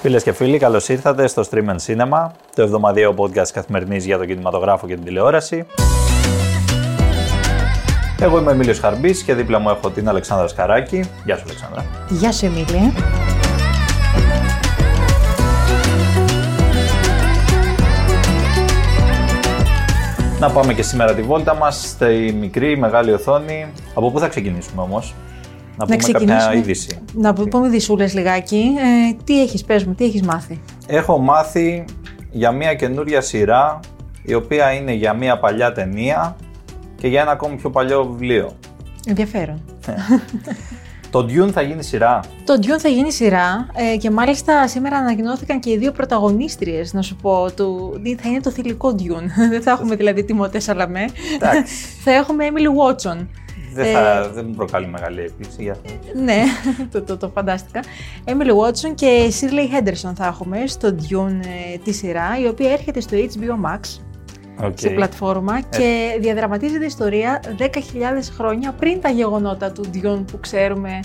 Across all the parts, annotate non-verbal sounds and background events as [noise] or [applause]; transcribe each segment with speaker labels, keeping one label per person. Speaker 1: Φίλες και φίλοι, καλώς ήρθατε στο Stream and Cinema, το εβδομαδιαίο podcast καθημερινής για τον κινηματογράφο και την τηλεόραση. Εγώ είμαι ο Εμίλιος Χαρμπής και δίπλα μου έχω την Αλεξάνδρα Σκαράκη. Γεια σου, Αλεξάνδρα.
Speaker 2: Γεια σου, Εμίλια.
Speaker 1: Να πάμε και σήμερα τη βόλτα μας στη μικρή, μεγάλη οθόνη. Από πού θα ξεκινήσουμε όμως, Να πούμε κάποια είδηση.
Speaker 2: Να πού- πούμε δισούλε λιγάκι. Ε, τι έχεις, πες μου, τι έχεις μάθει.
Speaker 1: Έχω μάθει για μια καινούρια σειρά η οποία είναι για μια παλιά ταινία και για ένα ακόμη πιο παλιό βιβλίο.
Speaker 2: Ενδιαφέρον.
Speaker 1: Το Dune θα γίνει σειρά.
Speaker 2: Το Dune θα γίνει σειρά ε, και μάλιστα σήμερα ανακοινώθηκαν και οι δύο πρωταγωνίστριες, να σου πω. Του... Θα είναι το θηλυκό Dune. [laughs] Δεν θα έχουμε δηλαδή Τιμωτέ Σαλαμέ.
Speaker 1: Εντάξει.
Speaker 2: θα έχουμε Emily Watson.
Speaker 1: Δεν, θα, δεν μου προκαλεί μεγάλη έκπληξη. Για...
Speaker 2: ναι, το, το, το φαντάστηκα. Emily Watson και Shirley Henderson θα έχουμε στο Dune ε, τη σειρά, η οποία έρχεται στο HBO Max.
Speaker 1: Okay.
Speaker 2: σε πλατφόρμα
Speaker 1: Ε.
Speaker 2: και διαδραματίζεται η ιστορία 10.000 χρόνια πριν τα γεγονότα του Dune που ξέρουμε,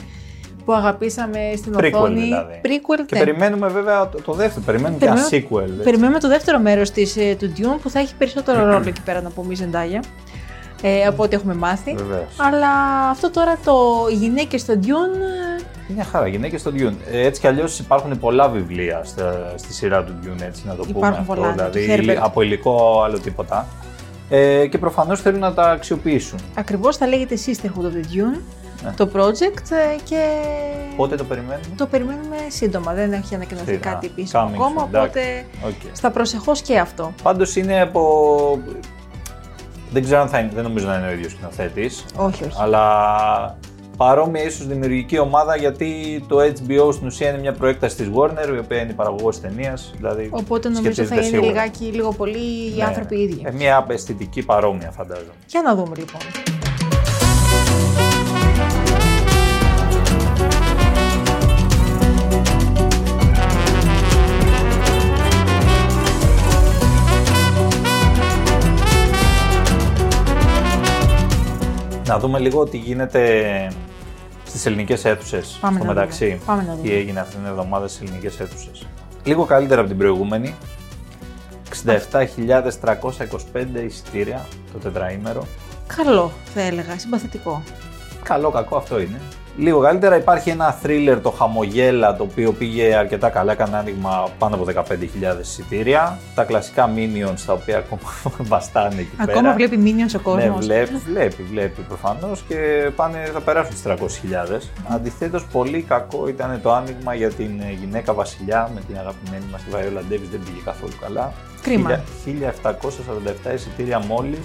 Speaker 2: που αγαπήσαμε στην
Speaker 1: Prequel
Speaker 2: οθόνη.
Speaker 1: δηλαδή.
Speaker 2: Prequel,
Speaker 1: Και
Speaker 2: ναι.
Speaker 1: περιμένουμε βέβαια το, το δεύτερο. Περιμένουμε και ένα
Speaker 2: Περιμένουμε-
Speaker 1: sequel. έτσι.
Speaker 2: Περιμένουμε το δεύτερο μέρος της, ε, του Dune που θα έχει περισσότερο ρόλο εκεί πέρα να πούμε η Ζεντάγια, ε, από ό,τι έχουμε μάθει.
Speaker 1: Βεβαίως.
Speaker 2: Αλλά αυτό τώρα το οι γυναίκες στο Dune ε,
Speaker 1: Μια χαρά, γυναίκες στο Dune. Ε, Έτσι κι αλλιώς υπάρχουν πολλά βιβλία στα, στη σειρά του Dune, έτσι να το πούμε.
Speaker 2: Υπάρχουν
Speaker 1: αυτό,
Speaker 2: πολλά, ναι, του
Speaker 1: δηλαδή
Speaker 2: Herbert.
Speaker 1: από υλικό άλλο τίποτα. Ε, και προφανώς θέλουν να τα αξιοποιήσουν.
Speaker 2: ακριβώς θα λέγεται Sisterhood of the Dune, το project ε, και...
Speaker 1: Ναι. Πότε το περιμένουμε.
Speaker 2: Το περιμένουμε σύντομα, δεν έχει ανακοινωθεί
Speaker 1: Σειρά.
Speaker 2: κάτι επίσημο
Speaker 1: Coming
Speaker 2: ακόμα,
Speaker 1: soon, εντάξει.
Speaker 2: οπότε
Speaker 1: Okay.
Speaker 2: Στα προσεχώς και αυτό.
Speaker 1: Πάντως είναι από. Δεν ξέρω αν θα είναι, δεν νομίζω να είναι ο ίδιος σκηνοθέτης.
Speaker 2: Όχι, όχι.
Speaker 1: αλλά παρόμοια ίσως δημιουργική ομάδα γιατί το HBO στην ουσία είναι μια προέκταση της Warner η οποία είναι η παραγωγός ταινίας δηλαδή
Speaker 2: Οπότε νομίζω θα
Speaker 1: σχετίζεται
Speaker 2: είναι
Speaker 1: σίγουρα.
Speaker 2: λιγάκι, λίγο πολύ οι
Speaker 1: Ναι,
Speaker 2: άνθρωποι οι ίδιοι.
Speaker 1: ε, μια αισθητική παρόμοια φαντάζομαι.
Speaker 2: Για να δούμε λοιπόν.
Speaker 1: Να δούμε λίγο τι γίνεται στις ελληνικές αίθουσες
Speaker 2: Πάμε
Speaker 1: στο
Speaker 2: να δούμε.
Speaker 1: μεταξύ.
Speaker 2: Πάμε να δούμε.
Speaker 1: Τι έγινε αυτήν την εβδομάδα στις ελληνικές αίθουσες. Λίγο καλύτερα από την προηγούμενη. 67.325 εισιτήρια το τετραήμερο.
Speaker 2: Καλό, θα έλεγα, συμπαθητικό.
Speaker 1: Καλό, κακό αυτό είναι. Λίγο καλύτερα υπάρχει ένα thriller το Χαμογέλα το οποίο πήγε αρκετά καλά, έκανε άνοιγμα πάνω από 15.000 εισιτήρια. Τα κλασικά Minions τα οποία ακόμα [laughs] βαστάνε εκεί πέρα.
Speaker 2: Ακόμα βλέπει Minions ο κόσμο.
Speaker 1: Ναι, βλέπει, βλέπει, βλέπει προφανώς και πάνε, θα περάσουν τις 300.000. Αντιθέτως, πολύ κακό ήταν το άνοιγμα για την ε, γυναίκα Βασιλιά με την αγαπημένη μας Βαϊόλα Ντέβις, δεν πήγε καθόλου καλά.
Speaker 2: Κρίμα.
Speaker 1: 1.747 εισιτήρια μόλις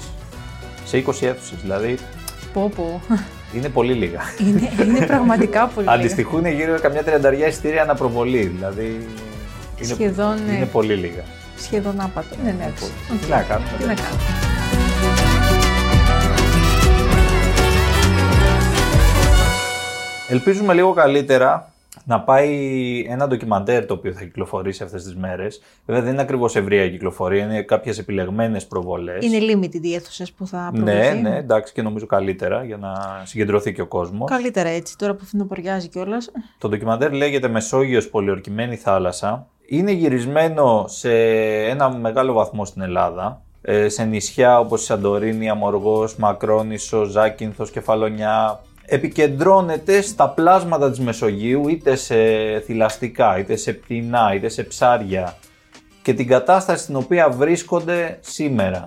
Speaker 1: σε 20 αίθουσες, δηλαδή
Speaker 2: Πω, πω.
Speaker 1: είναι πολύ λίγα.
Speaker 2: είναι,
Speaker 1: [laughs]
Speaker 2: είναι πραγματικά πολύ. λίγα.
Speaker 1: Αντιστοιχούν γύρω καμιά τριανταριά εισιτήρια αναπροβολή. Δηλαδή. είναι-
Speaker 2: Σχεδόν,
Speaker 1: Είναι,
Speaker 2: ε,
Speaker 1: πολύ λίγα.
Speaker 2: Σχεδόν άπατο. Ναι, ναι, εντάξει.
Speaker 1: πολύ.
Speaker 2: Οκ.
Speaker 1: Τι να κάνουμε,
Speaker 2: Τι να
Speaker 1: δεν-
Speaker 2: κάνουμε.
Speaker 1: Ελπίζουμε λίγο καλύτερα να πάει ένα ντοκιμαντέρ το οποίο θα κυκλοφορήσει αυτές τις μέρες. Βέβαια δεν είναι ακριβώς ευρεία η κυκλοφορία, είναι κάποιες επιλεγμένες προβολές.
Speaker 2: Είναι limited οι αίθουσες που θα
Speaker 1: Ναι,
Speaker 2: προβληθεί.
Speaker 1: ναι, εντάξει και νομίζω καλύτερα για να συγκεντρωθεί και ο κόσμος.
Speaker 2: Καλύτερα έτσι, τώρα που φθινοποριάζει κιόλας.
Speaker 1: Το ντοκιμαντέρ λέγεται Μεσόγειος Πολιορκημένη Θάλασσα. Είναι γυρισμένο σε ένα μεγάλο βαθμό στην Ελλάδα. Ε, σε νησιά όπως η Σαντορίνη, Αμοργός, Μακρόνισσο, Ζάκυνθος, Κεφαλονιά. Επικεντρώνεται στα πλάσματα της Μεσογείου είτε σε θηλαστικά, είτε σε πτηνά, είτε σε ψάρια και την κατάσταση στην οποία βρίσκονται σήμερα.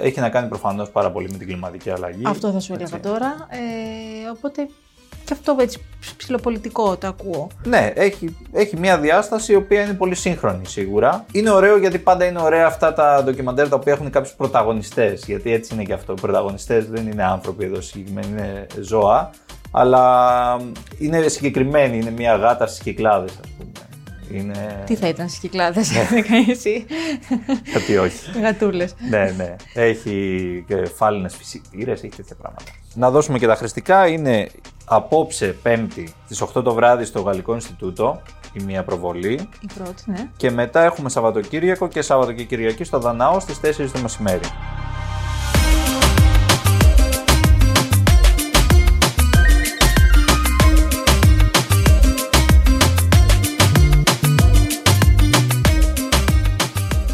Speaker 1: Ε, Έχει να κάνει προφανώς πάρα πολύ με την κλιματική αλλαγή.
Speaker 2: Αυτό θα σου έλεγα τώρα. Ε, οπότε και αυτό έτσι ψηλοπολιτικό το ακούω.
Speaker 1: Ναι, έχει, έχει μια διάσταση η οποία είναι πολύ σύγχρονη σίγουρα. Είναι ωραίο γιατί πάντα είναι ωραία αυτά τα ντοκιμαντέρ τα οποία έχουν κάποιους πρωταγωνιστές. Γιατί έτσι είναι και αυτό. Οι πρωταγωνιστές δεν είναι άνθρωποι εδώ συγκεκριμένοι, είναι ζώα. Αλλά είναι συγκεκριμένοι, είναι μια γάτα στις κυκλάδες, ας πούμε. Είναι.
Speaker 2: Τι θα ήταν στι κυκλάδε,
Speaker 1: Ναι.
Speaker 2: έλεγα
Speaker 1: [laughs]
Speaker 2: εσύ.
Speaker 1: Κάτι όχι.
Speaker 2: Γατούλες.
Speaker 1: ναι, ναι. Έχει φάλινες φυσικτήρες, έχει τέτοια πράγματα. Να δώσουμε και τα χρηστικά. Είναι απόψε, Πέμπτη, στις 8 το βράδυ στο Γαλλικό Ινστιτούτο, η μία προβολή.
Speaker 2: Η πρώτη, ναι.
Speaker 1: Και μετά έχουμε Σαββατοκύριακο και Σάββατο και Κυριακή στο Δανάο στις 4 το μεσημέρι.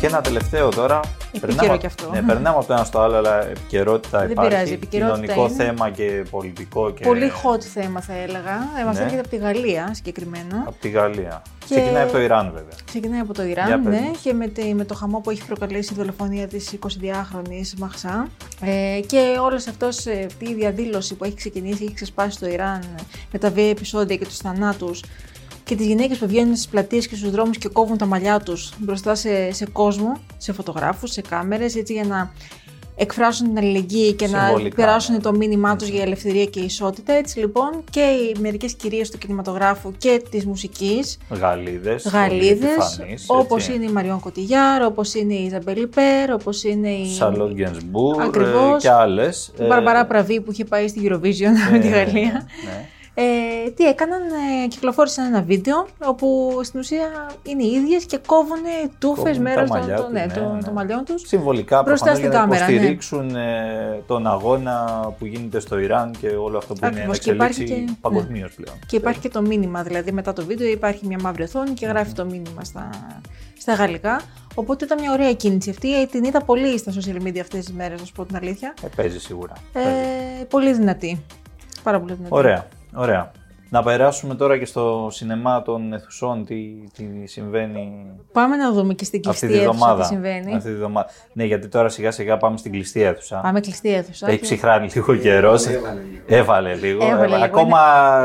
Speaker 1: ένα τελευταίο τώρα.
Speaker 2: Επίκαιρο
Speaker 1: Περνάμε-
Speaker 2: κι αυτό.
Speaker 1: Ναι, περνάμε από το ένα στο άλλο, αλλά επικαιρότητα
Speaker 2: Δεν
Speaker 1: υπάρχει.
Speaker 2: πειράζει, επικαιρότητα
Speaker 1: Κοινωνικό
Speaker 2: είναι.
Speaker 1: θέμα και πολιτικό. Και...
Speaker 2: Πολύ hot θέμα θα έλεγα. Ε, μας
Speaker 1: Ναι.
Speaker 2: έρχεται από τη Γαλλία συγκεκριμένα.
Speaker 1: Από τη Γαλλία.
Speaker 2: Και-
Speaker 1: Ξεκινάει από το Ιράν, βέβαια.
Speaker 2: Ξεκινάει από το
Speaker 1: Για
Speaker 2: Ιράν,
Speaker 1: πες
Speaker 2: ναι,
Speaker 1: μας.
Speaker 2: και με, τη- με το χαμό που έχει προκαλέσει η δολοφονία της 22χρονης Μαχσά. Ε, και όλος αυτός, ε, αυτή η διαδήλωση που έχει ξεκινήσει και έχει ξεσπάσει το Ιράν ε, με τα βία επεισόδια και τους θανάτους και τις γυναίκες που βγαίνουν στις πλατείες και στους δρόμους και κόβουν τα μαλλιά τους μπροστά σε, σε κόσμο, σε φωτογράφους, σε κάμερες, έτσι για να εκφράσουν την αλληλεγγύη και να
Speaker 1: Συμβολικά, ναι.
Speaker 2: περάσουν το μήνυμά τους για ελευθερία και ισότητα. Έτσι λοιπόν και οι μερικές κυρίες του κινηματογράφου και της μουσικής
Speaker 1: Γαλλίδες.
Speaker 2: Γαλλίδε, όπως είναι η Μαριόν Κωτιγιάρ, όπως είναι η Ιζαμπέλη Πέρ, όπως είναι η.
Speaker 1: Σαλόν Γκενσμπούρ
Speaker 2: Ακριβώς.
Speaker 1: ε, και άλλες.
Speaker 2: η Μπαρμπαρά Πραβή που είχε πάει [laughs] στη Eurovision με τη Γαλλία.
Speaker 1: Ναι.
Speaker 2: Ε, τι έκαναν, ε, κυκλοφόρησαν ένα βίντεο όπου στην ουσία είναι οι ίδιες και κόβουν τούφες
Speaker 1: Κόβουν τα
Speaker 2: μέρος των,
Speaker 1: μαλλιά
Speaker 2: των-
Speaker 1: τους,
Speaker 2: ναι,
Speaker 1: ναι,
Speaker 2: των-
Speaker 1: ναι.
Speaker 2: των μαλλιών τους.
Speaker 1: Συμβολικά
Speaker 2: Μπροστά
Speaker 1: προφανώς για
Speaker 2: στην
Speaker 1: να
Speaker 2: κάμερα, ναι.
Speaker 1: υποστηρίξουν ε, τον αγώνα που γίνεται στο Ιράν και όλο αυτό που είναι
Speaker 2: Ακριβώς, και υπάρχει
Speaker 1: εξελίξει
Speaker 2: και- ναι.
Speaker 1: παγκοσμίως πλέον.
Speaker 2: Και υπάρχει και το μήνυμα, δηλαδή μετά το βίντεο υπάρχει μια μαύρη οθόνη και γράφει το μήνυμα στα, στα γαλλικά. Οπότε ήταν μια ωραία κίνηση αυτή. ε, Την είδα πολύ στα social media αυτές τις μέρες, να σου πω την αλήθεια.
Speaker 1: Ε, παίζει σίγουρα. Παίζει.
Speaker 2: Ε, πολύ δυνατή. Πάρα πολύ δυνατή.
Speaker 1: Ωραία, ωραία. Να περάσουμε τώρα και στο σινεμά των αιθουσών, τι, τι συμβαίνει
Speaker 2: Πάμε να δούμε και στην κλειστή
Speaker 1: αυτή τη
Speaker 2: αίθουσα τι
Speaker 1: βδομάδα.
Speaker 2: συμβαίνει.
Speaker 1: Αυτή τη βδομάδα. Ναι, γιατί τώρα σιγά σιγά πάμε στην κλειστή αίθουσα.
Speaker 2: Πάμε κλειστή αίθουσα.
Speaker 1: Έχει ψυχράνει λίγο καιρός.
Speaker 3: Έβαλε λίγο.
Speaker 1: Έβαλε λίγο.
Speaker 2: Έβαλε
Speaker 1: έβαλε.
Speaker 2: λίγο,
Speaker 1: Ακόμα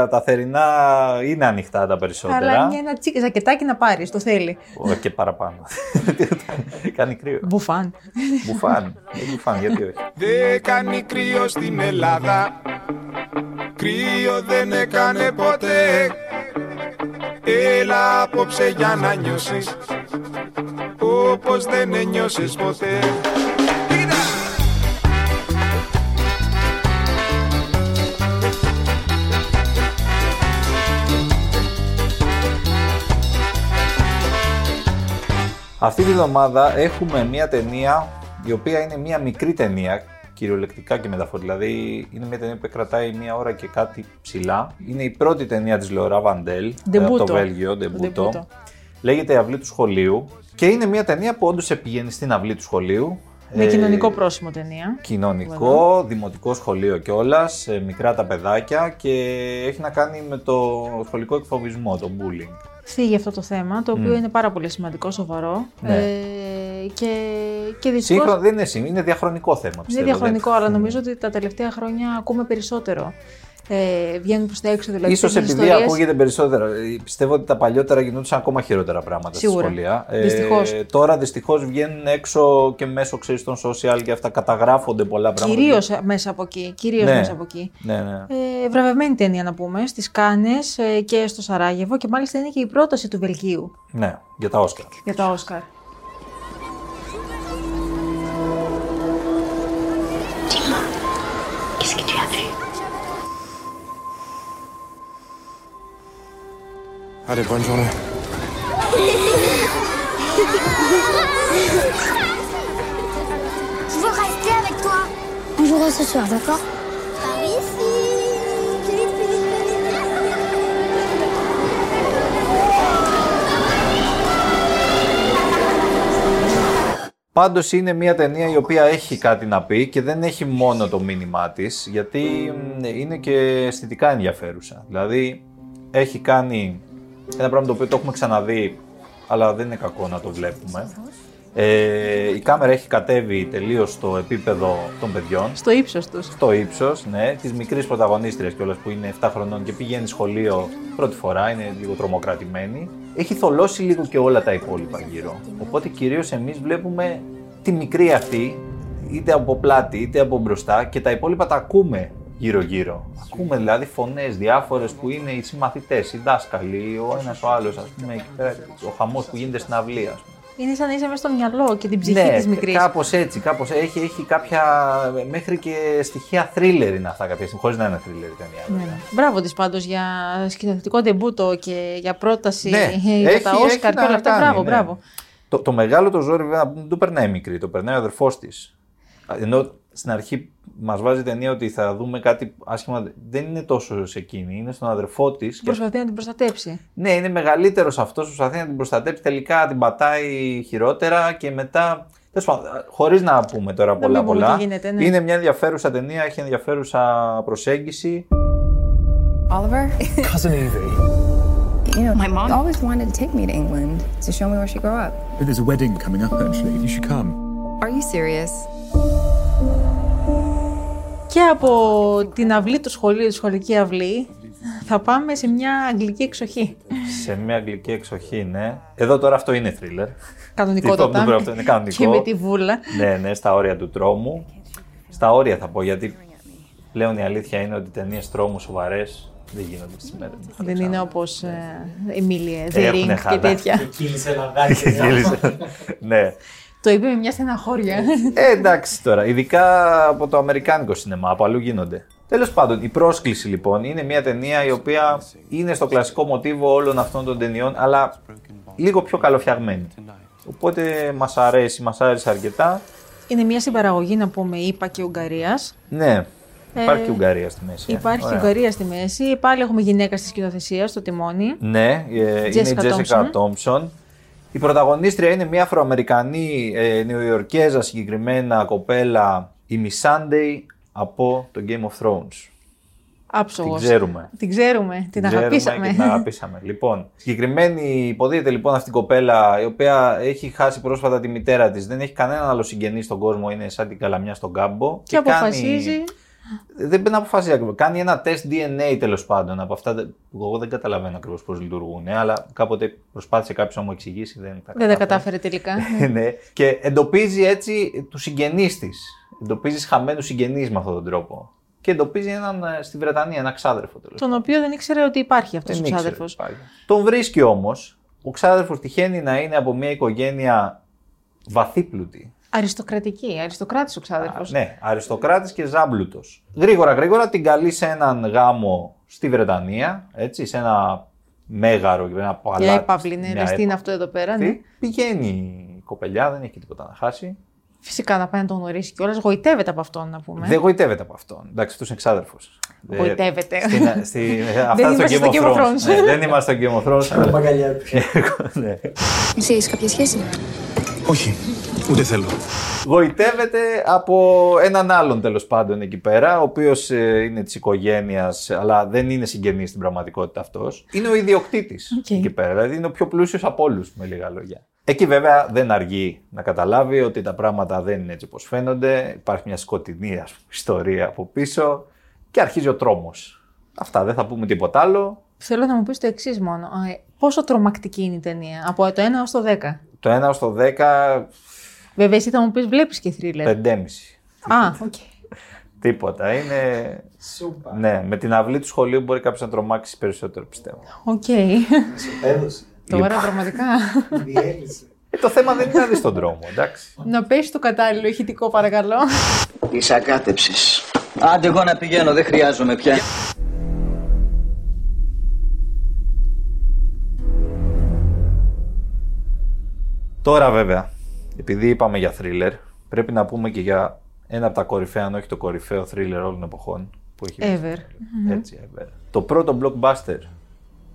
Speaker 1: τα θερινά είναι ανοιχτά τα περισσότερα.
Speaker 2: Αλλά είναι ένα τσίκ, ζακετάκι να πάρεις, το θέλει.
Speaker 1: Ω, Και
Speaker 2: [laughs]
Speaker 1: παραπάνω. Κάνει κρύο.
Speaker 2: Μπουφάν.
Speaker 1: Μπουφάν. Ε, Μπουφάν, γιατί όχι.
Speaker 4: Δεν κάνει κρύο στην Ελλάδα Κρύο δεν έκανε ποτέ Έλα απόψε για να νιώσεις Όπως δεν ένιωσες ποτέ
Speaker 1: Αυτή τη βδομάδα έχουμε μια ταινία η οποία είναι μια μικρή ταινία, κυριολεκτικά και μεταφορικά. Δηλαδή είναι μια ταινία που κρατάει μια ώρα και κάτι ψηλά. Είναι η πρώτη ταινία της Λεωρά Βαντέλ ε, από το
Speaker 2: Ντεμπούτο.
Speaker 1: Βέλγιο,
Speaker 2: Ντεμπούτο.
Speaker 1: ντεμπούτο. Λέγεται «Η Αυλή του Σχολείου και είναι μια ταινία που όντως επηγαίνει στην αυλή του σχολείου.
Speaker 2: Με
Speaker 1: Ε,
Speaker 2: κοινωνικό πρόσημο ταινία.
Speaker 1: Κοινωνικό, δημοτικό σχολείο κιόλας, μικρά τα παιδάκια και έχει να κάνει με το σχολικό εκφοβισμό, το bullying.
Speaker 2: Φύγει αυτό το θέμα, το οποίο είναι πάρα πολύ σημαντικό, σοβαρό.
Speaker 1: Mm. Ναι.
Speaker 2: Ε, και, και δυστυχώς
Speaker 1: Σύγχρονα δεν είναι σύγχρονο, είναι διαχρονικό θέμα.
Speaker 2: Είναι
Speaker 1: πιστεύω, δεν-
Speaker 2: διαχρονικό, αλλά νομίζω ότι τα τελευταία χρόνια ακούμε περισσότερο. Ε, βγαίνουν προς τα έξω δηλαδή.
Speaker 1: Ίσως
Speaker 2: τέτοιες
Speaker 1: επειδή
Speaker 2: ιστορίες.
Speaker 1: ακούγεται περισσότερα. Ε, Πιστεύω ότι τα παλιότερα γινόντουσαν ακόμα χειρότερα πράγματα
Speaker 2: Σίγουρα.
Speaker 1: στη σχολεία. Ε,
Speaker 2: Δυστυχώς.
Speaker 1: τώρα δυστυχώς βγαίνουν έξω και μέσω ξέρεις, των social και αυτά καταγράφονται πολλά πράγματα.
Speaker 2: Κυρίως μέσα από εκεί. Κυρίως
Speaker 1: Ναι.
Speaker 2: μέσα από εκεί.
Speaker 1: Ναι, ναι.
Speaker 2: Ε, βραβευμένη ταινία να πούμε στις Κάνες ε, και στο Σαράγεβο και μάλιστα είναι και η πρόταση του Βελγίου
Speaker 1: ναι, για τα Όσκαρ.
Speaker 2: για τα Όσκαρ.
Speaker 5: Qu'est-ce que tu as vu
Speaker 4: Allez, bonne journée.
Speaker 6: Je veux rester avec toi.
Speaker 5: On jouera hein, ce soir, d'accord
Speaker 6: Par ici. Plus vite, plus vite, plus vite.
Speaker 1: Πάντως είναι μια ταινία η οποία έχει κάτι να πει και δεν έχει μόνο το μήνυμά της, γιατί μ, είναι και αισθητικά ενδιαφέρουσα. Δηλαδή έχει κάνει ένα πράγμα το οποίο το έχουμε ξαναδεί, αλλά δεν είναι κακό να το βλέπουμε. Ε, η κάμερα έχει κατέβει τελείως στο επίπεδο των παιδιών,
Speaker 2: Στο ύψος τους.
Speaker 1: στο ύψος ναι, της μικρής πρωταγωνίστριας κιόλας που είναι 7 χρονών και πηγαίνει σχολείο πρώτη φορά, είναι λίγο τρομοκρατημένη. Έχει θολώσει λίγο και όλα τα υπόλοιπα γύρω. Οπότε κυρίως εμείς βλέπουμε τη μικρή αυτή, είτε από πλάτη είτε από μπροστά και τα υπόλοιπα τα ακούμε γύρω-γύρω. Ακούμε δηλαδή φωνές διάφορες που είναι οι συμμαθητές, οι δάσκαλοι, ο ένας ο άλλος, ας πούμε, εκεί πέρα, ο χαμός που γίνεται στην αυλή, ας πούμε.
Speaker 2: Είναι σαν να είσαι μέσα στο μυαλό και την ψυχή
Speaker 1: Ναι,
Speaker 2: της μικρής.
Speaker 1: Κάπως έτσι. Κάπως έχει, έχει κάποια. μέχρι και στοιχεία thriller είναι αυτά κάποια στιγμή. Χωρίς να είναι thriller η ταινία.
Speaker 2: Ναι, ναι. Μπράβο της πάντως για σκηνοθετικό ντεμπούτο και για πρόταση
Speaker 1: Ναι,
Speaker 2: [laughs] για
Speaker 1: έχει-
Speaker 2: τα
Speaker 1: έχει
Speaker 2: Όσκαρ και
Speaker 1: να
Speaker 2: όλα αυτά.
Speaker 1: κάνει,
Speaker 2: Μπράβο,
Speaker 1: ναι.
Speaker 2: μπράβο.
Speaker 1: Το, το μεγάλο το ζόρι βέβαια δεν το περνάει η μικρή, το περνάει ο αδερφός της. Ενώ στην αρχή μας βάζει η ταινία ότι θα δούμε κάτι άσχημα. Δεν είναι τόσο σε εκείνη, είναι στον αδερφό της.
Speaker 2: Προσπαθεί να την προστατέψει.
Speaker 1: Ναι, είναι μεγαλύτερος αυτός, προσπαθεί να την προστατέψει. Τελικά την πατάει χειρότερα και μετά. Χωρίς να πούμε τώρα
Speaker 2: μην
Speaker 1: πολλά
Speaker 2: πούμε
Speaker 1: πολλά.
Speaker 2: τι γίνεται, ναι.
Speaker 1: Είναι μια ενδιαφέρουσα ταινία, έχει ενδιαφέρουσα προσέγγιση.
Speaker 3: Oliver,
Speaker 7: Cousin Evie.
Speaker 3: you know, my mom always wanted to take me to England to show me where she grew up.
Speaker 7: There's a wedding coming up, actually. You should come.
Speaker 3: Are you serious?
Speaker 2: Και από την αυλή του σχολείου, τη σχολική αυλή, θα πάμε σε μια αγγλική εξοχή.
Speaker 1: Σε μια αγγλική εξοχή, ναι. Εδώ τώρα αυτό είναι thriller. Τι
Speaker 2: Κανονικότατα.
Speaker 1: είπαμε, αυτό είναι κανονικό.
Speaker 2: Και με τη βούλα.
Speaker 1: ναι, ναι, στα όρια του τρόμου. Στα όρια θα πω, γιατί πλέον η αλήθεια είναι ότι ταινίες τρόμου σοβαρές δεν γίνονται σήμερα.
Speaker 2: Δεν είναι όπως Εμίλια, The
Speaker 1: ναι. Έχουνε
Speaker 2: Ring και
Speaker 1: χαλάσει.
Speaker 2: τέτοια.
Speaker 8: Κύλησε ένα δάκρυ.
Speaker 1: ναι.
Speaker 2: Το είπε με μια στεναχώρια.
Speaker 1: Ε, εντάξει τώρα. Ειδικά από το αμερικάνικο σινεμά, από αλλού γίνονται. Τέλος πάντων, η πρόσκληση λοιπόν είναι μια ταινία η οποία είναι στο κλασικό μοτίβο όλων αυτών των ταινιών, αλλά λίγο πιο καλοφτιαγμένη. Οπότε μας αρέσει, μας άρεσε αρκετά.
Speaker 2: Είναι μια συμπαραγωγή, να πούμε, είπα και Ουγγαρίας.
Speaker 1: Ναι, υπάρχει και Ουγγαρία στη μέση. ε.
Speaker 2: Ε, Υπάρχει
Speaker 1: Ωραία.
Speaker 2: Ουγγαρία στη μέση. Πάλι έχουμε γυναίκα στη σκηνοθεσία, στο τιμόνι.
Speaker 1: Ναι, ε, είναι η
Speaker 2: Jessica
Speaker 1: Jessica
Speaker 2: Thompson.
Speaker 1: Thompson. Η πρωταγωνίστρια είναι μια Αφροαμερικανή ε, Νεοϊορκέζα συγκεκριμένα κοπέλα, η Missandei από το Game of Thrones.
Speaker 2: Άψογος.
Speaker 1: Την ξέρουμε.
Speaker 2: Την ξέρουμε. Την,
Speaker 1: ξέρουμε
Speaker 2: αγαπήσαμε.
Speaker 1: και Την αγαπήσαμε. λοιπόν, συγκεκριμένη υποδίδεται λοιπόν αυτή η κοπέλα η οποία έχει χάσει πρόσφατα τη μητέρα της. Δεν έχει κανέναν άλλο συγγενή στον κόσμο, είναι σαν την καλαμιά στον κάμπο.
Speaker 2: [laughs] Και αποφασίζει.
Speaker 1: Κάνει... Δεν πρέπει να αποφασίζει ακριβώς. Κάνει ένα τεστ DNA τέλος πάντων από αυτά. δεν- Εγώ δεν καταλαβαίνω ακριβώς πώς λειτουργούν, ε, αλλά κάποτε προσπάθησε κάποιος να μου εξηγήσει. Δεν τα,
Speaker 2: Δεν τα κατάφερε τελικά.
Speaker 1: [laughs] ναι. Και εντοπίζει έτσι τους συγγενείς της. Εντοπίζει χαμένους συγγενείς με αυτόν τον τρόπο. Και εντοπίζει έναν ε, στη Βρετανία, ένα ξάδερφο τέλος
Speaker 2: τον οποίο δεν ήξερε ότι υπάρχει αυτός ο
Speaker 1: ήξερε
Speaker 2: ξάδερφο.
Speaker 1: ότι υπάρχει. Τον βρίσκει όμως. Ο ξάδερφος τυχαίνει να είναι από μια οικογένεια βαθύπλουτη.
Speaker 2: Αριστοκρατική, αριστοκράτης ο ξάδερφος.
Speaker 1: Ναι, αριστοκράτης και ζάμπλουτος. Γρήγορα, γρήγορα την καλεί σε έναν γάμο στη Βρετανία, έτσι, σε ένα μέγαρο, ένα παλάτι.
Speaker 2: Για έπαυλη,
Speaker 1: μια
Speaker 2: ναι, ρε, τι είναι
Speaker 1: έπαυλη.
Speaker 2: αυτό εδώ πέρα.
Speaker 1: Τι,
Speaker 2: Ναι.
Speaker 1: Πηγαίνει η κοπελιά, δεν έχει και τίποτα να χάσει.
Speaker 2: Φυσικά να πάει να τον γνωρίσει κιόλας. Γοητεύεται από αυτόν, να πούμε.
Speaker 1: Δεν γοητεύεται από αυτόν. Εντάξει, αυτό είναι εξάδερφο.
Speaker 2: Γοητεύεται.
Speaker 1: Στην, στην,
Speaker 2: [laughs]
Speaker 1: αυτά
Speaker 2: είμαστε
Speaker 1: στο
Speaker 2: στο
Speaker 1: Game of
Speaker 2: Game of
Speaker 1: Thrones.
Speaker 2: Thrones.
Speaker 1: Ναι, δεν είμαστε στο Game of Thrones.
Speaker 2: [laughs]
Speaker 1: αλλά-
Speaker 8: Μαγκαλιά του.
Speaker 1: ναι.
Speaker 5: Εσύ έχεις κάποια σχέση.
Speaker 7: Όχι, ούτε θέλω.
Speaker 1: Γοητεύεται από έναν άλλον τέλος πάντων εκεί πέρα, ο οποίος είναι της οικογένειας, αλλά δεν είναι συγγενής στην πραγματικότητα αυτός. Είναι ο ιδιοκτήτης
Speaker 2: Οκ.
Speaker 1: εκεί πέρα, δηλαδή είναι ο πιο πλούσιος από όλους, με λίγα λόγια. Εκεί βέβαια δεν αργεί να καταλάβει ότι τα πράγματα δεν είναι έτσι όπως φαίνονται. Υπάρχει μια σκοτεινή ας πούμε, ιστορία από πίσω και αρχίζει ο τρόμος. Αυτά δεν θα πούμε τίποτα άλλο.
Speaker 2: Θέλω να μου πεις το εξής μόνο. Ε, Πόσο τρομακτική είναι η ταινία, από το 1 έως το 10.
Speaker 1: Το 1 στο 10,
Speaker 2: Βέβαια, εσύ θα μου πεις, βλέπεις και θρίλερ.
Speaker 1: 5,5.
Speaker 2: Α, οκ.
Speaker 1: Τίποτα. Είναι
Speaker 8: Σούπα.
Speaker 1: Ναι, με την αυλή του σχολείου μπορεί κάποιος να τρομάξει περισσότερο, πιστεύω.
Speaker 2: Οκ.
Speaker 8: Έδωσε.
Speaker 2: Τώρα πραγματικά.
Speaker 8: Διέλυσε.
Speaker 1: Ε, το θέμα δεν είναι να δεις τον δρόμο, εντάξει.
Speaker 2: να πέσει το κατάλληλο ηχητικό, παρακαλώ.
Speaker 9: Τις ακάτεψες. Άντε εγώ να πηγαίνω, δεν χρειάζομαι πια.
Speaker 1: Τώρα, βέβαια, επειδή είπαμε για θρίλερ, πρέπει να πούμε και για ένα από τα κορυφαία, αν όχι το κορυφαίο θρίλερ όλων εποχών που έχει βγει.
Speaker 2: Ever.
Speaker 1: Έτσι, ever. Το πρώτο blockbuster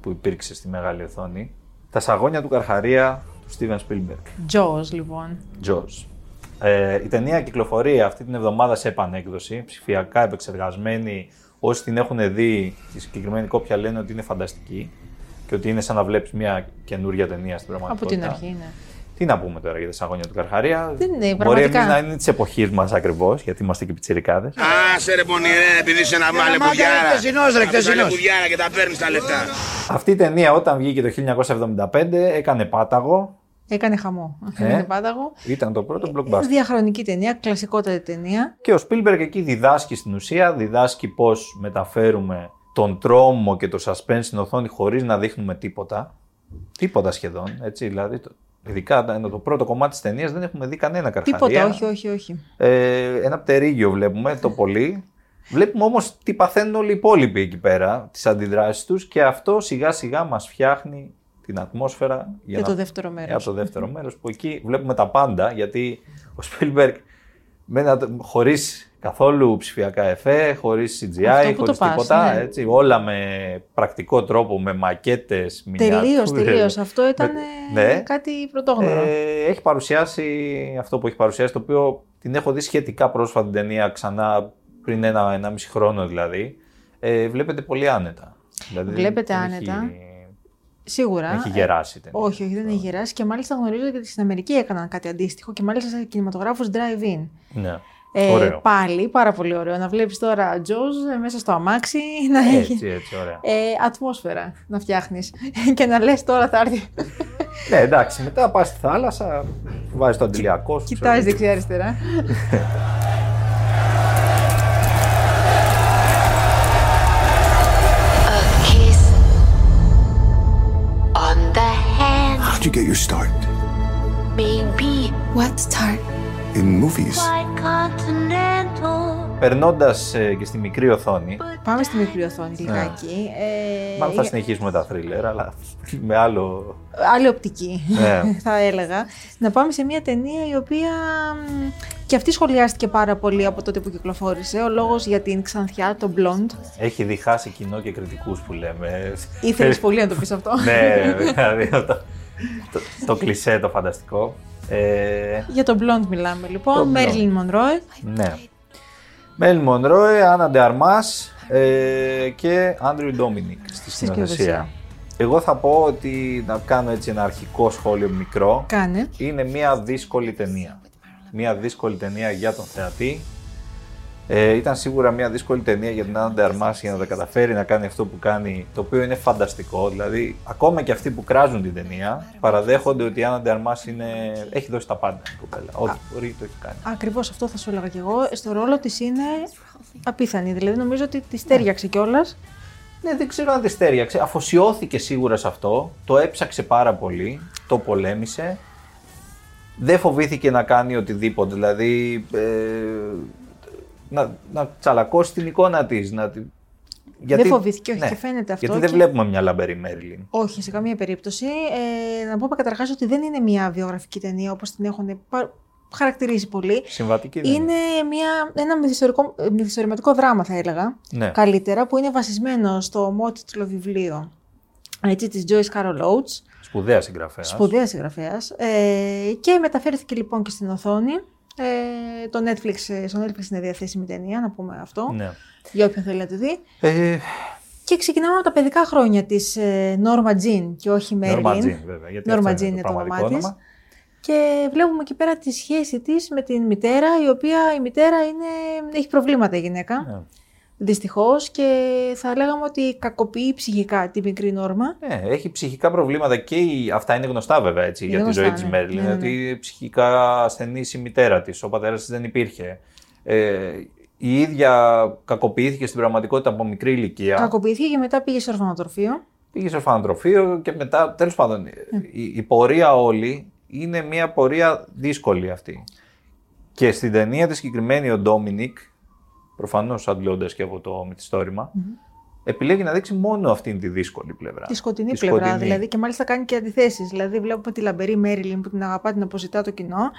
Speaker 1: που υπήρξε στη μεγάλη οθόνη, τα σαγόνια του Καρχαρία του Steven Spielberg.
Speaker 2: Jaws, λοιπόν.
Speaker 1: Jaws. Ε, η ταινία κυκλοφορεί αυτή την εβδομάδα σε επανέκδοση, ψηφιακά επεξεργασμένη. Όσοι την έχουν δει, τη συγκεκριμένη κόπια λένε ότι είναι φανταστική και ότι είναι σαν να βλέπεις μια καινούργια ταινία στην
Speaker 2: Από
Speaker 1: πραγματικότητα.
Speaker 2: την αρχή, ναι.
Speaker 1: Τι να πούμε τώρα για τα σαγόνια του Καρχαρία.
Speaker 2: Δεν είναι,
Speaker 1: Μπορεί
Speaker 2: πραγματικά.
Speaker 1: εμείς να είναι της εποχής μας ακριβώς, γιατί είμαστε και πιτσιρικάδες.
Speaker 10: Άσε ρε πονηρέ, επειδή είσαι ένα μάλε κουδιάρα. Χτεσινός ρε, χτεσινός. κουδιάρα και τα παίρνεις τα λεφτά.
Speaker 1: Αυτή η ταινία όταν βγήκε το 1975 έκανε πάταγο.
Speaker 2: Έκανε χαμό.
Speaker 1: Ε.
Speaker 2: Έκανε πάταγο.
Speaker 1: Ήταν το
Speaker 2: Ε,
Speaker 1: πρώτο blockbuster.
Speaker 2: Διαχρονική ταινία, κλασικότατη ταινία.
Speaker 1: Και ο Spielberg εκεί διδάσκει στην ουσία, διδάσκει πώς μεταφέρουμε τον τρόμο και το suspense στην οθόνη χωρίς να δείχνουμε τίποτα. Τίποτα σχεδόν, έτσι, δηλαδή, το, ειδικά τα- το πρώτο κομμάτι της ταινίας δεν έχουμε δει κανένα καρχαρία.
Speaker 2: Τίποτα, όχι, όχι, όχι.
Speaker 1: Ε, ένα πτερίγιο βλέπουμε, το πολύ. Βλέπουμε όμως τι παθαίνουν όλοι οι υπόλοιποι εκεί πέρα, τις αντιδράσεις τους και αυτό σιγά σιγά μας φτιάχνει την ατμόσφαιρα για,
Speaker 2: Για
Speaker 1: να
Speaker 2: το δεύτερο
Speaker 1: από
Speaker 2: μέρος.
Speaker 1: το δεύτερο μέρος που εκεί βλέπουμε τα πάντα γιατί ο Spielberg με ένα, χωρίς καθόλου ψηφιακά εφέ, χωρίς
Speaker 2: Αυτό
Speaker 1: CGI,
Speaker 2: που το
Speaker 1: χωρίς
Speaker 2: πας,
Speaker 1: τίποτα,
Speaker 2: ναι.
Speaker 1: έτσι, όλα με πρακτικό τρόπο, με μακέτες, μηνιατούρες.
Speaker 2: Τελείω, τελείως. Αυτό ήταν ε,
Speaker 1: ναι.
Speaker 2: κάτι πρωτόγνωρο.
Speaker 1: Ε, έχει παρουσιάσει αυτό που έχει παρουσιάσει, το οποίο την έχω δει σχετικά πρόσφατα την ταινία ξανά πριν ένα, ένα μισή χρόνο δηλαδή. Ε, βλέπετε πολύ άνετα. Δηλαδή,
Speaker 2: Βλέπετε
Speaker 1: δεν
Speaker 2: άνετα.
Speaker 1: Έχει,
Speaker 2: Σίγουρα.
Speaker 1: δεν έχει γεράσει η ταινία.
Speaker 2: Όχι, όχι, δεν έχει γεράσει. Και μάλιστα γνωρίζω και ότι στην Αμερική έκαναν κάτι αντίστοιχο και μάλιστα σε κινηματογράφους drive-in.
Speaker 1: Ναι.
Speaker 2: Ε,
Speaker 1: Ωραίο.
Speaker 2: Πάλι, πάρα πολύ ωραίο. Να βλέπεις τώρα Τζοζ ε, μέσα στο αμάξι [laughs] να έχει
Speaker 1: Έτσι, έτσι, ωραία.
Speaker 2: ε, ατμόσφαιρα να φτιάχνεις. [laughs] και να λες τώρα θα
Speaker 1: [laughs]
Speaker 2: έρθει.
Speaker 1: Ναι, εντάξει, μετά πας στη θάλασσα, βάζεις το αντιλιακό σου.
Speaker 2: Κοιτάζει
Speaker 1: ξέρω.
Speaker 2: δεξιά-αριστερά.
Speaker 5: A kiss on the hand.
Speaker 7: How'd you get your start?
Speaker 5: Maybe
Speaker 3: What's tart?
Speaker 7: In movies.
Speaker 5: quite continental.
Speaker 1: Περνώντας ε, και στη μικρή οθόνη,
Speaker 2: Πάμε στη μικρή οθόνη λιγάκι. Ε,
Speaker 1: Ναι. μάλλον θα συνεχίσουμε τα θρίλερ, αλλά [laughs] με άλλο.
Speaker 2: άλλη οπτική,
Speaker 1: Ναι.
Speaker 2: [laughs] θα έλεγα. Να πάμε σε μια ταινία η οποία μ, και αυτή σχολιάστηκε πάρα πολύ από τότε που κυκλοφόρησε. Ο λόγος για την ξανθιά, το blonde.
Speaker 1: Έχει διχάσει κοινό και κριτικούς που λέμε.
Speaker 2: Ήθελες πολύ να το πεις αυτό.
Speaker 1: Ε, [laughs] ναι, δηλαδή [laughs] αυτό. Το, το κλισέ, το φανταστικό. Ε,
Speaker 2: για το blonde μιλάμε
Speaker 1: Το
Speaker 2: λοιπόν.
Speaker 1: blonde.
Speaker 2: Μέρλιν Μονρόε.
Speaker 1: ναι. Μέλ Μονρόε, Άννα Ντεαρμάς ε, και Άντριου Ντόμινικ στη σκηνοθεσία.
Speaker 2: σκηνοθεσία.
Speaker 1: Εγώ θα πω ότι να κάνω έτσι ένα αρχικό σχόλιο μικρό.
Speaker 2: Κάνε.
Speaker 1: Είναι μια δύσκολη ταινία. Μια δύσκολη ταινία για τον θεατή. Ε, ήταν σίγουρα μια δύσκολη ταινία για την Άννα Ντεαρμάς για να τα καταφέρει να κάνει αυτό που κάνει, το οποίο είναι φανταστικό. Δηλαδή, ακόμα και αυτοί που κράζουν την ταινία παραδέχονται ότι η Άννα Ντεαρμάς είναι... έχει δώσει τα πάντα η κοπέλα. Ό,τι μπορεί το έχει κάνει.
Speaker 2: Ακριβώς αυτό θα σου έλεγα κι εγώ. Στο ρόλο της είναι απίθανη. Δηλαδή νομίζω ότι τη στέριαξε κιόλας.
Speaker 1: Ναι, δεν ξέρω αν δεν στέριαξε. Αφοσιώθηκε σίγουρα σε αυτό. Το έψαξε πάρα πολύ. Το πολέμησε. Δεν φοβήθηκε να κάνει οτιδήποτε. Δηλαδή. ε, να, να τσαλακώσει την εικόνα της. Να... τη- ναι.
Speaker 2: φοβήθηκε, όχι, και φαίνεται αυτό
Speaker 1: Γιατί δεν
Speaker 2: και-
Speaker 1: βλέπουμε μια λαμπερή Μέρλιν.
Speaker 2: Όχι, σε καμία περίπτωση. Ε, να πούμε καταρχάς ότι δεν είναι μια βιογραφική ταινία όπως την έχουν πα- χαρακτηρίσει πολύ.
Speaker 1: Συμβατική δεν
Speaker 2: Είναι μια, ένα μυθιστορικό- ε, μυθιστορηματικό δράμα, θα έλεγα.
Speaker 1: Ναι.
Speaker 2: Καλύτερα, που είναι βασισμένο στο ομότιτλο βιβλίο έτσι, της Joyce Carol Oates,
Speaker 1: Σπουδαία συγγραφέας.
Speaker 2: σπουδαία συγγραφέας. Ε, και μεταφέρθηκε λοιπόν και στην οθόνη. Ε, το Netflix, ε, στο Netflix είναι διαθέσιμη η ταινία, να πούμε αυτό,
Speaker 1: Ναι.
Speaker 2: για όποιον θέλει να τη δει.
Speaker 1: Ε,
Speaker 2: Και ξεκινάμε από τα παιδικά χρόνια της ε, Norma Jean και όχι Marilyn.
Speaker 1: Norma Jean, βέβαια. Γιατί
Speaker 2: Norma
Speaker 1: αυτό
Speaker 2: Jean είναι το
Speaker 1: πραγματικό
Speaker 2: όνομά της.
Speaker 1: όνομα.
Speaker 2: Και βλέπουμε εκεί πέρα τη σχέση της με την μητέρα, η οποία η μητέρα είναι, έχει προβλήματα η γυναίκα.
Speaker 1: Ναι.
Speaker 2: Δυστυχώς και θα λέγαμε ότι κακοποιεί ψυχικά τη μικρή νόρμα.
Speaker 1: Ναι, έχει ψυχικά προβλήματα και η... αυτά είναι γνωστά βέβαια έτσι,
Speaker 2: Είναι
Speaker 1: για
Speaker 2: γνωστά,
Speaker 1: τη ζωή
Speaker 2: ναι.
Speaker 1: τη Μέρλιν.
Speaker 2: Ναι, ναι, ναι.
Speaker 1: Ότι ψυχικά ασθενή η μητέρα της, ο πατέρας της δεν υπήρχε. Ε, η ίδια κακοποιήθηκε στην πραγματικότητα από μικρή ηλικία.
Speaker 2: Κακοποιήθηκε και μετά πήγε σε ορφανοτροφείο.
Speaker 1: Πήγε σε ορφανοτροφείο και μετά, τέλος πάντων,
Speaker 2: Ναι.
Speaker 1: η, η πορεία όλη είναι μια πορεία δύσκολη αυτή. Και στην ταινία τη συγκεκριμένη, ο Ντόμινικ, προφανώς αντλώντας και από το μυθιστόρημα, επιλέγει να δείξει μόνο αυτήν τη δύσκολη πλευρά.
Speaker 2: Τη σκοτεινή
Speaker 1: Τη
Speaker 2: πλευρά
Speaker 1: σκοτεινή.
Speaker 2: δηλαδή. Και μάλιστα κάνει και αντιθέσεις. Δηλαδή, βλέπουμε τη λαμπερή Μέριλιν που την αγαπά, την αποζητά το κοινό.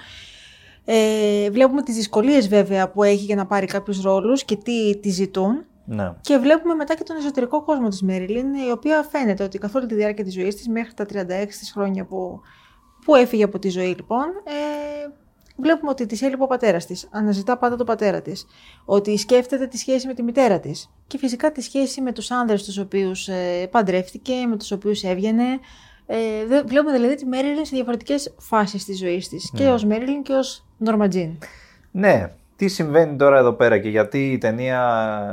Speaker 2: Ε, βλέπουμε τις δυσκολίες βέβαια που έχει για να πάρει κάποιους ρόλους και τι τη ζητούν.
Speaker 1: Ναι.
Speaker 2: Και βλέπουμε μετά και τον εσωτερικό κόσμο της Μέριλιν, η οποία φαίνεται ότι καθ' όλη τη διάρκεια της ζωής της, μέχρι τα 36 της χρόνια που, που έφυγε από τη ζωή, λοιπόν, ε, βλέπουμε ότι τη έλειπε ο πατέρας της. Αναζητά πάντα τον πατέρα της. Ότι σκέφτεται τη σχέση με τη μητέρα της. Και φυσικά τη σχέση με τους άνδρες τους οποίους ε, παντρεύτηκε, με τους οποίους έβγαινε. Ε, δε- βλέπουμε δηλαδή τη Μέριλιν σε διαφορετικές φάσεις της ζωής της. Και ως Μέριλιν και ως Νορματζίν.
Speaker 1: Ναι. Τι συμβαίνει τώρα εδώ πέρα και γιατί η ταινία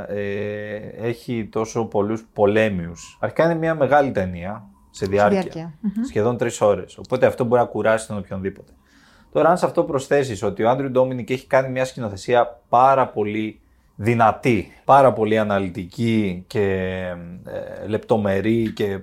Speaker 1: ε, έχει τόσο πολλούς πολέμιους. Αρχικά είναι μια μεγάλη ταινία σε διάρκεια.
Speaker 2: διάρκεια.
Speaker 1: Σχεδόν τρεις ώρες. Οπότε αυτό μπορεί να κουράσει τον οποιονδήποτε. Τώρα, αν σε αυτό προσθέσεις ότι ο Άντριου Ντόμινικ έχει κάνει μια σκηνοθεσία πάρα πολύ δυνατή, πάρα πολύ αναλυτική και ε, λεπτομερή και,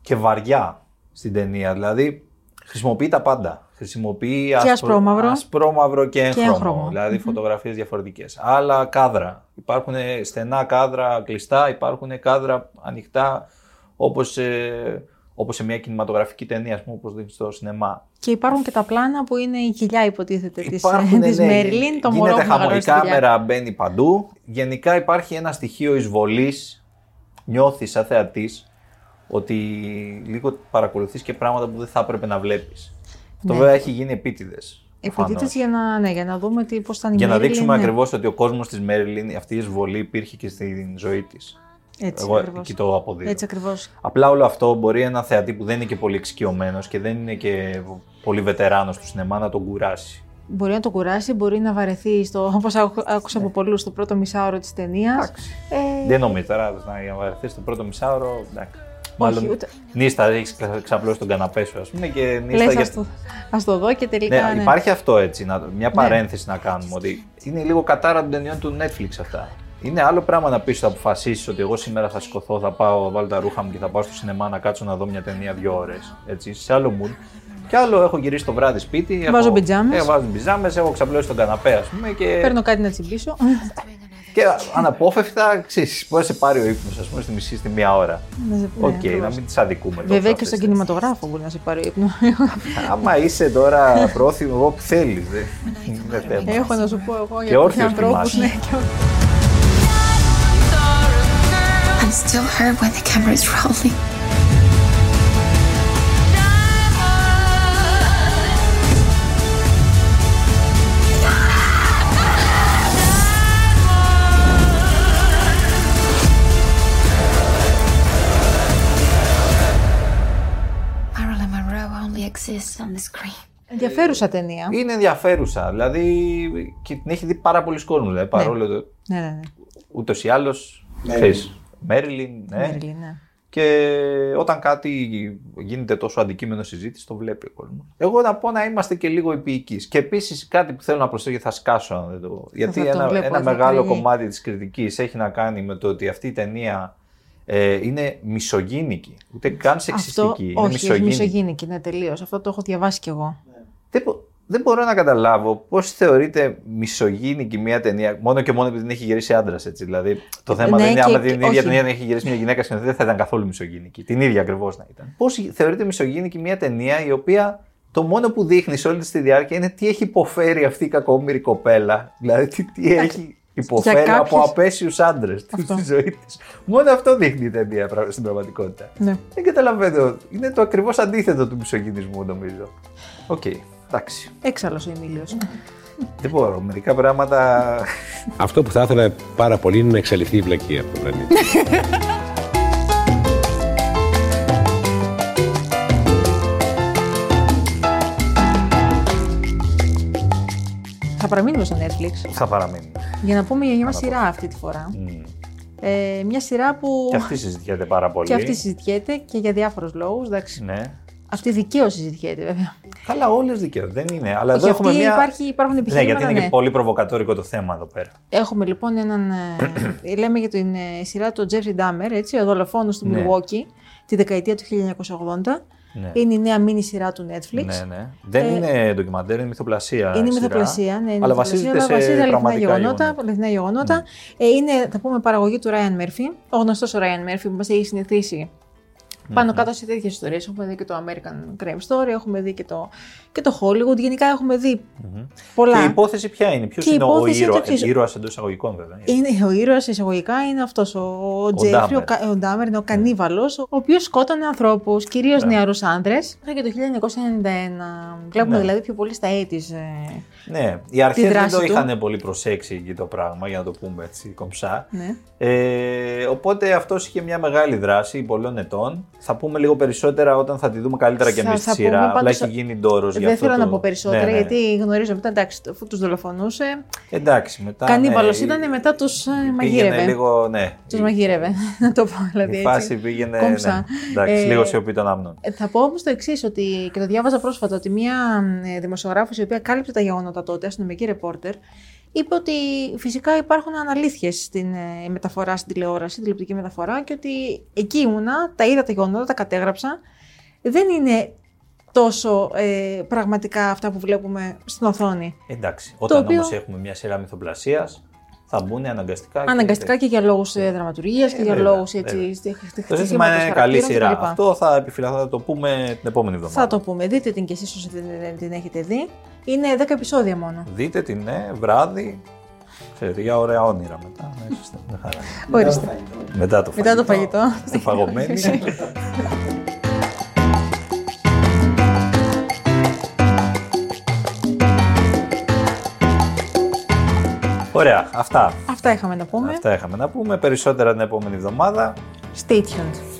Speaker 1: και βαριά στην ταινία. Δηλαδή, χρησιμοποιεί τα πάντα. Χρησιμοποιεί
Speaker 2: ασπρόμαυρο.
Speaker 1: ασπρόμαυρο και έγχρωμο.
Speaker 2: έγχρωμο.
Speaker 1: Δηλαδή, φωτογραφίες διαφορετικές. Άλλα κάδρα. Υπάρχουν στενά κάδρα κλειστά, υπάρχουν κάδρα ανοιχτά, όπως ε, Όπως σε μια κινηματογραφική ταινία, ας πούμε, όπως δίνει στο σινεμά.
Speaker 2: Και υπάρχουν και τα πλάνα που είναι η γυλιά, υποτίθεται, της
Speaker 1: Υπάρχουν, ναι, ναι,
Speaker 2: Μέρλιν, το μωρό
Speaker 1: γίνεται
Speaker 2: που μεγαλώνει
Speaker 1: χαμό, η
Speaker 2: στη γυλιά.
Speaker 1: κάμερα μπαίνει παντού. Γενικά υπάρχει ένα στοιχείο εισβολής. Νιώθεις σαν θεατής ότι λίγο παρακολουθείς και πράγματα που δεν θα έπρεπε να βλέπεις. Αυτό
Speaker 2: Ναι.
Speaker 1: βέβαια έχει γίνει επίτηδες.
Speaker 2: Επίτηδε για, να, ναι, για να δούμε τι, πώς ήταν η
Speaker 1: Για να
Speaker 2: Μέρλιν,
Speaker 1: δείξουμε
Speaker 2: ναι.
Speaker 1: ακριβώς ότι ο κόσμος της Μέρλιν, αυτή η εισβολή υπήρχε και στην ζωή της.
Speaker 2: Έτσι
Speaker 1: Εγώ
Speaker 2: ακριβώς.
Speaker 1: εκεί το αποδίδω.
Speaker 2: Έτσι ακριβώς.
Speaker 1: Απλά όλο αυτό μπορεί ένα θεατή που δεν είναι και πολύ εξοικειωμένος και δεν είναι και πολύ βετεράνος του σινεμά να τον κουράσει.
Speaker 2: Μπορεί να το κουράσει, μπορεί να βαρεθεί, στο, όπως άκου- άκουσα
Speaker 1: Ναι.
Speaker 2: από πολλούς, στο πρώτο μισάωρο της ταινίας. Ε,
Speaker 1: Δεν νομίζω τώρα να βαρεθεί το πρώτο μισάωρο. Εντάξει. Μάλλον
Speaker 2: ούτε-
Speaker 1: νύστα, έχει ξαπλώσει τον καναπέ σου, ας πούμε, και νύστα.
Speaker 2: λες,
Speaker 1: για-
Speaker 2: ας, το, ας το δω και
Speaker 1: Ναι,
Speaker 2: τελικά... ναι.
Speaker 1: υπάρχει αυτό έτσι, να, μια παρένθεση να κάνουμε. Ότι είναι λίγο κατάρα των ταινιών του Netflix αυτά. Είναι άλλο πράγμα να πεις, θα αποφασίσεις ότι εγώ σήμερα θα σηκωθώ, θα πάω, θα βάλω τα ρούχα μου και θα πάω στο σινεμά να κάτσω να δω μια ταινία δύο ώρες. Έτσι, σε άλλο mood. Και άλλο έχω γυρίσει το βράδυ σπίτι. έχω-
Speaker 2: Βάζω πιτζάμες.
Speaker 1: Ε, βάζω πιτζάμες, έχω ξαπλώσει τον καναπέ, ας πούμε. Και,
Speaker 2: Παίρνω κάτι
Speaker 1: [laughs]
Speaker 2: να τσιμπήσω.
Speaker 1: και αναπόφευκτα, ξέρεις, μπορεί να σε πάρει ο ύπνος, ας πούμε, στη μισή, στη μία ώρα.
Speaker 2: Να σε- ναι,
Speaker 1: Οκ, να
Speaker 2: ακριβώς.
Speaker 1: μην τις αδικούμε. εδώ
Speaker 2: Βέβαια
Speaker 1: σε
Speaker 2: και
Speaker 1: αυτές
Speaker 2: στον
Speaker 1: τις
Speaker 2: κινηματογράφο μπορεί να σε πάρει
Speaker 1: [laughs]
Speaker 2: ύπνος.
Speaker 1: Άμα είσαι τώρα πρόθυμο, εγώ που θέλεις. Δεν δεν θέμα.
Speaker 2: Έχω να σου πω εγώ
Speaker 1: Και
Speaker 2: για τους
Speaker 1: όρθιος
Speaker 2: ανθρώπους.
Speaker 1: κοιμάσαι.
Speaker 2: ναι, και
Speaker 1: [laughs]
Speaker 2: όρθιος.
Speaker 6: I'm still hurt when the camera's rolling.
Speaker 5: Marilyn Monroe only exists on the screen.
Speaker 2: Ενδιαφέρουσα ταινία.
Speaker 1: Είναι ενδιαφέρουσα. Δηλαδή και την έχει δει πάρα πολλοί κόσμο. Δηλαδή, παρόλο το
Speaker 2: Ναι, ναι, ναι.
Speaker 1: ούτως ή άλλως.
Speaker 8: Μέριλιν.
Speaker 1: Μέρλιν, ναι.
Speaker 2: Μέρλιν, ναι.
Speaker 1: Και όταν κάτι γίνεται τόσο αντικείμενο συζήτηση, το βλέπει ο κόσμος. Εγώ να πω να είμαστε και λίγο υπηικεί. Και επίσης κάτι που θέλω να προσθέσω και θα σκάσω αν δεν το. Γιατί
Speaker 2: τον
Speaker 1: ένα,
Speaker 2: βλέπω,
Speaker 1: ένα
Speaker 2: θα
Speaker 1: μεγάλο
Speaker 2: κρίνει.
Speaker 1: κομμάτι της κριτικής έχει να κάνει με το ότι αυτή η ταινία ε, είναι μισογίνικη. Ούτε καν σεξιστική. είναι
Speaker 2: όχι, έχει
Speaker 1: μισογίνικη.
Speaker 2: μισογίνικη, ναι, τελείως. Αυτό το έχω διαβάσει κι εγώ.
Speaker 1: Δεν, μπο- δεν μπορώ να καταλάβω πώς θεωρείται μισογίνικη μια ταινία, μόνο και μόνο επειδή την έχει γυρίσει άντρας. Δηλαδή, το θέμα
Speaker 2: Ναι,
Speaker 1: δεν είναι
Speaker 2: και-
Speaker 1: άμα
Speaker 2: και-
Speaker 1: την ίδια
Speaker 2: όχι.
Speaker 1: ταινία να έχει γυρίσει μια γυναίκα σκηνοθέτη, δεν θα ήταν καθόλου μισογίνικη. Την ίδια ακριβώς να ήταν. Πώς θεωρείται μισογίνικη μια ταινία η οποία το μόνο που δείχνει σε όλη της τη διάρκεια είναι τι έχει υποφέρει αυτή η κακόμοιρη κοπέλα. Δηλαδή, τι, τι έχει υποφέρει
Speaker 2: για
Speaker 1: από
Speaker 2: κάποιους-
Speaker 1: απέσιους άντρες
Speaker 2: Αυτό.
Speaker 1: στη ζωή της. Μόνο αυτό δείχνει η ταινία πρα- στην πραγματικότητα.
Speaker 2: Ναι.
Speaker 1: Δεν καταλαβαίνω. Είναι το ακριβώς αντίθετο του μισογυνισμού, νομίζω. Οκ. Εντάξει.
Speaker 2: Έξαλλος ο Εμίλιος.
Speaker 1: Δεν μπορώ. Μερικά πράγματα.
Speaker 11: Αυτό που θα ήθελα πάρα πολύ είναι να εξαλειφθεί η βλακία από τον πλανήτη.
Speaker 2: Θα παραμείνουμε στο Netflix
Speaker 1: θα παραμείνουν.
Speaker 2: για να πούμε για μια σειρά αυτή τη φορά. Ε, μια σειρά που
Speaker 1: Και αυτή συζητιέται πάρα πολύ.
Speaker 2: και αυτή συζητιέται και για διάφορους λόγους.
Speaker 1: Ναι.
Speaker 2: Αυτή δικαίως συζητιέται, βέβαια.
Speaker 1: Καλά, όλες δικαίως. Δεν είναι. Αλλά εδώ
Speaker 2: Όχι,
Speaker 1: έχουμε
Speaker 2: αυτή
Speaker 1: μια.
Speaker 2: υπάρχει, υπάρχουν
Speaker 1: Ναι,
Speaker 2: επιχειρήματα.
Speaker 1: γιατί είναι
Speaker 2: ναι.
Speaker 1: και πολύ προβοκατόρικο το θέμα εδώ πέρα.
Speaker 2: Έχουμε λοιπόν έναν.
Speaker 1: [clears throat]
Speaker 2: ε, λέμε για την ε, σειρά του Jeffrey Dahmer, έτσι, ο δολοφόνος του
Speaker 1: Ναι.
Speaker 2: Milwaukee, τη δεκαετία του 1980.
Speaker 1: Ναι.
Speaker 2: Είναι η νέα μίνι σειρά του Netflix.
Speaker 1: Ναι, ναι. Δεν είναι ντοκιμαντέρ, είναι μυθοπλασία.
Speaker 2: Ε, Είναι
Speaker 1: σειρά.
Speaker 2: μυθοπλασία, ναι, είναι
Speaker 1: αλλά
Speaker 2: μυθοπλασία,
Speaker 1: βασίζεται
Speaker 2: αλλά
Speaker 1: σε
Speaker 2: βασίζεται αληθινά
Speaker 1: πραγματικά
Speaker 2: γεγονότα.
Speaker 1: γεγονότα. Ναι.
Speaker 2: αληθινά γεγονότα. Ε, είναι, θα πούμε, παραγωγή του Ryan Murphy, ο γνωστός ο Ryan Murphy που μας έχει συνηθίσει
Speaker 1: Ναι.
Speaker 2: πάνω κάτω σε τέτοιες ιστορίες. Έχουμε δει και το American Crime Story, έχουμε δει και το, και το Hollywood. Γενικά έχουμε δει πολλά.
Speaker 1: Και η υπόθεση ποια είναι,
Speaker 2: Και
Speaker 1: ποιο
Speaker 2: η
Speaker 1: είναι ο
Speaker 2: υπόθεση είναι το
Speaker 1: ήρωα.
Speaker 2: εξής.
Speaker 1: Ήρωα εντός εισαγωγικών βέβαια.
Speaker 2: Είναι ο ήρωας εισαγωγικά είναι αυτός ο, ο Τζέφρι, ο,
Speaker 1: Ντάμερ.
Speaker 2: Κα- ο Ντάμερ,
Speaker 1: Ναι.
Speaker 2: είναι ο κανίβαλος, ο οποίος σκότωνε ανθρώπους, κυρίως yeah. νεαρούς άνδρες, και το 1991. Βλέπουμε
Speaker 1: Ναι.
Speaker 2: δηλαδή πιο πολύ στα έτης. Ε,
Speaker 1: Ναι, οι αρχές δεν
Speaker 2: δράση
Speaker 1: το
Speaker 2: του.
Speaker 1: είχαν πολύ προσέξει εκεί το πράγμα, για να το πούμε έτσι κομψά.
Speaker 2: ναι.
Speaker 1: Ε, οπότε αυτός είχε μια μεγάλη δράση πολλών ετών. Θα πούμε λίγο περισσότερα όταν θα τη δούμε καλύτερα και
Speaker 2: Θα-
Speaker 1: εμείς τη
Speaker 2: θα
Speaker 1: σειρά.
Speaker 2: πούμε
Speaker 1: Απλά
Speaker 2: πάντως-
Speaker 1: έχει γίνει ντόρος για
Speaker 2: Δεν
Speaker 1: αυτό.
Speaker 2: θέλω
Speaker 1: το-
Speaker 2: να πω περισσότερα,
Speaker 1: Ναι, ναι, ναι.
Speaker 2: γιατί γνωρίζω μετά, εντάξει, αφού τους δολοφονούσε.
Speaker 1: Εντάξει, μετά.
Speaker 2: Κανίβαλος
Speaker 1: ναι,
Speaker 2: ήταν,
Speaker 1: η-
Speaker 2: μετά τους, ε,
Speaker 1: πήγαινε
Speaker 2: μαγείρευε.
Speaker 1: λίγο, ναι.
Speaker 2: Τους
Speaker 1: η-
Speaker 2: μαγείρευε, [laughs] να το πω δηλαδή.
Speaker 1: Η
Speaker 2: έτσι.
Speaker 1: φάση πήγαινε. ναι.
Speaker 2: Κόμψα.
Speaker 1: Εντάξει,
Speaker 2: Ε,
Speaker 1: λίγο σιωπή των άμνων.
Speaker 2: Ε, Θα πω όμως το εξής, ότι και το διάβαζα πρόσφατα, ότι μία ε, δημοσιογράφος η οποία κάλυψε τα γεγονότα τότε, αστυνομική ρεπόρτερ, είπε ότι φυσικά υπάρχουν αναλήθειες στην ε, μεταφορά, στην τηλεόραση, στην τηλεοπτική μεταφορά και ότι εκεί ήμουνα, τα είδα τα γεγονότα, τα κατέγραψα. Δεν είναι τόσο ε, πραγματικά αυτά που βλέπουμε στην οθόνη.
Speaker 1: Εντάξει. Όταν
Speaker 2: οποίο-
Speaker 1: όμως έχουμε μια σειρά μυθοπλασίας, θα μπουν αναγκαστικά.
Speaker 2: Αναγκαστικά και για λόγους δραματουργίας και για
Speaker 1: Ναι. Ε, βέβαια,
Speaker 2: λόγους
Speaker 1: βέβαια.
Speaker 2: έτσι. στη- χτυ-
Speaker 1: Το
Speaker 2: χτυπήματος
Speaker 1: ζήτημα είναι καλή
Speaker 2: χαρακτήρων
Speaker 1: σειρά.
Speaker 2: κτλ.
Speaker 1: Αυτό θα επιφυλαχθώ, θα το πούμε την επόμενη εβδομάδα.
Speaker 2: λοιπόν. Θα το πούμε. Δείτε την κι εσείς όσοι δεν, δεν την έχετε δει. Είναι 10 επεισόδια μόνο.
Speaker 1: Δείτε την, ναι, βράδυ. Ξέρετε, για ωραία όνειρα μετά. Ναι, είστε μια χαρά.
Speaker 2: Ορίστε.
Speaker 1: μετά το φαγητό.
Speaker 2: Μετά το φαγητό.
Speaker 1: Είστε
Speaker 2: [laughs]
Speaker 1: φαγωμένοι. Ωραία, αυτά.
Speaker 2: Αυτά είχαμε να πούμε. Ναι.
Speaker 1: Αυτά είχαμε να πούμε. Περισσότερα την επόμενη εβδομάδα.
Speaker 2: Stay tuned.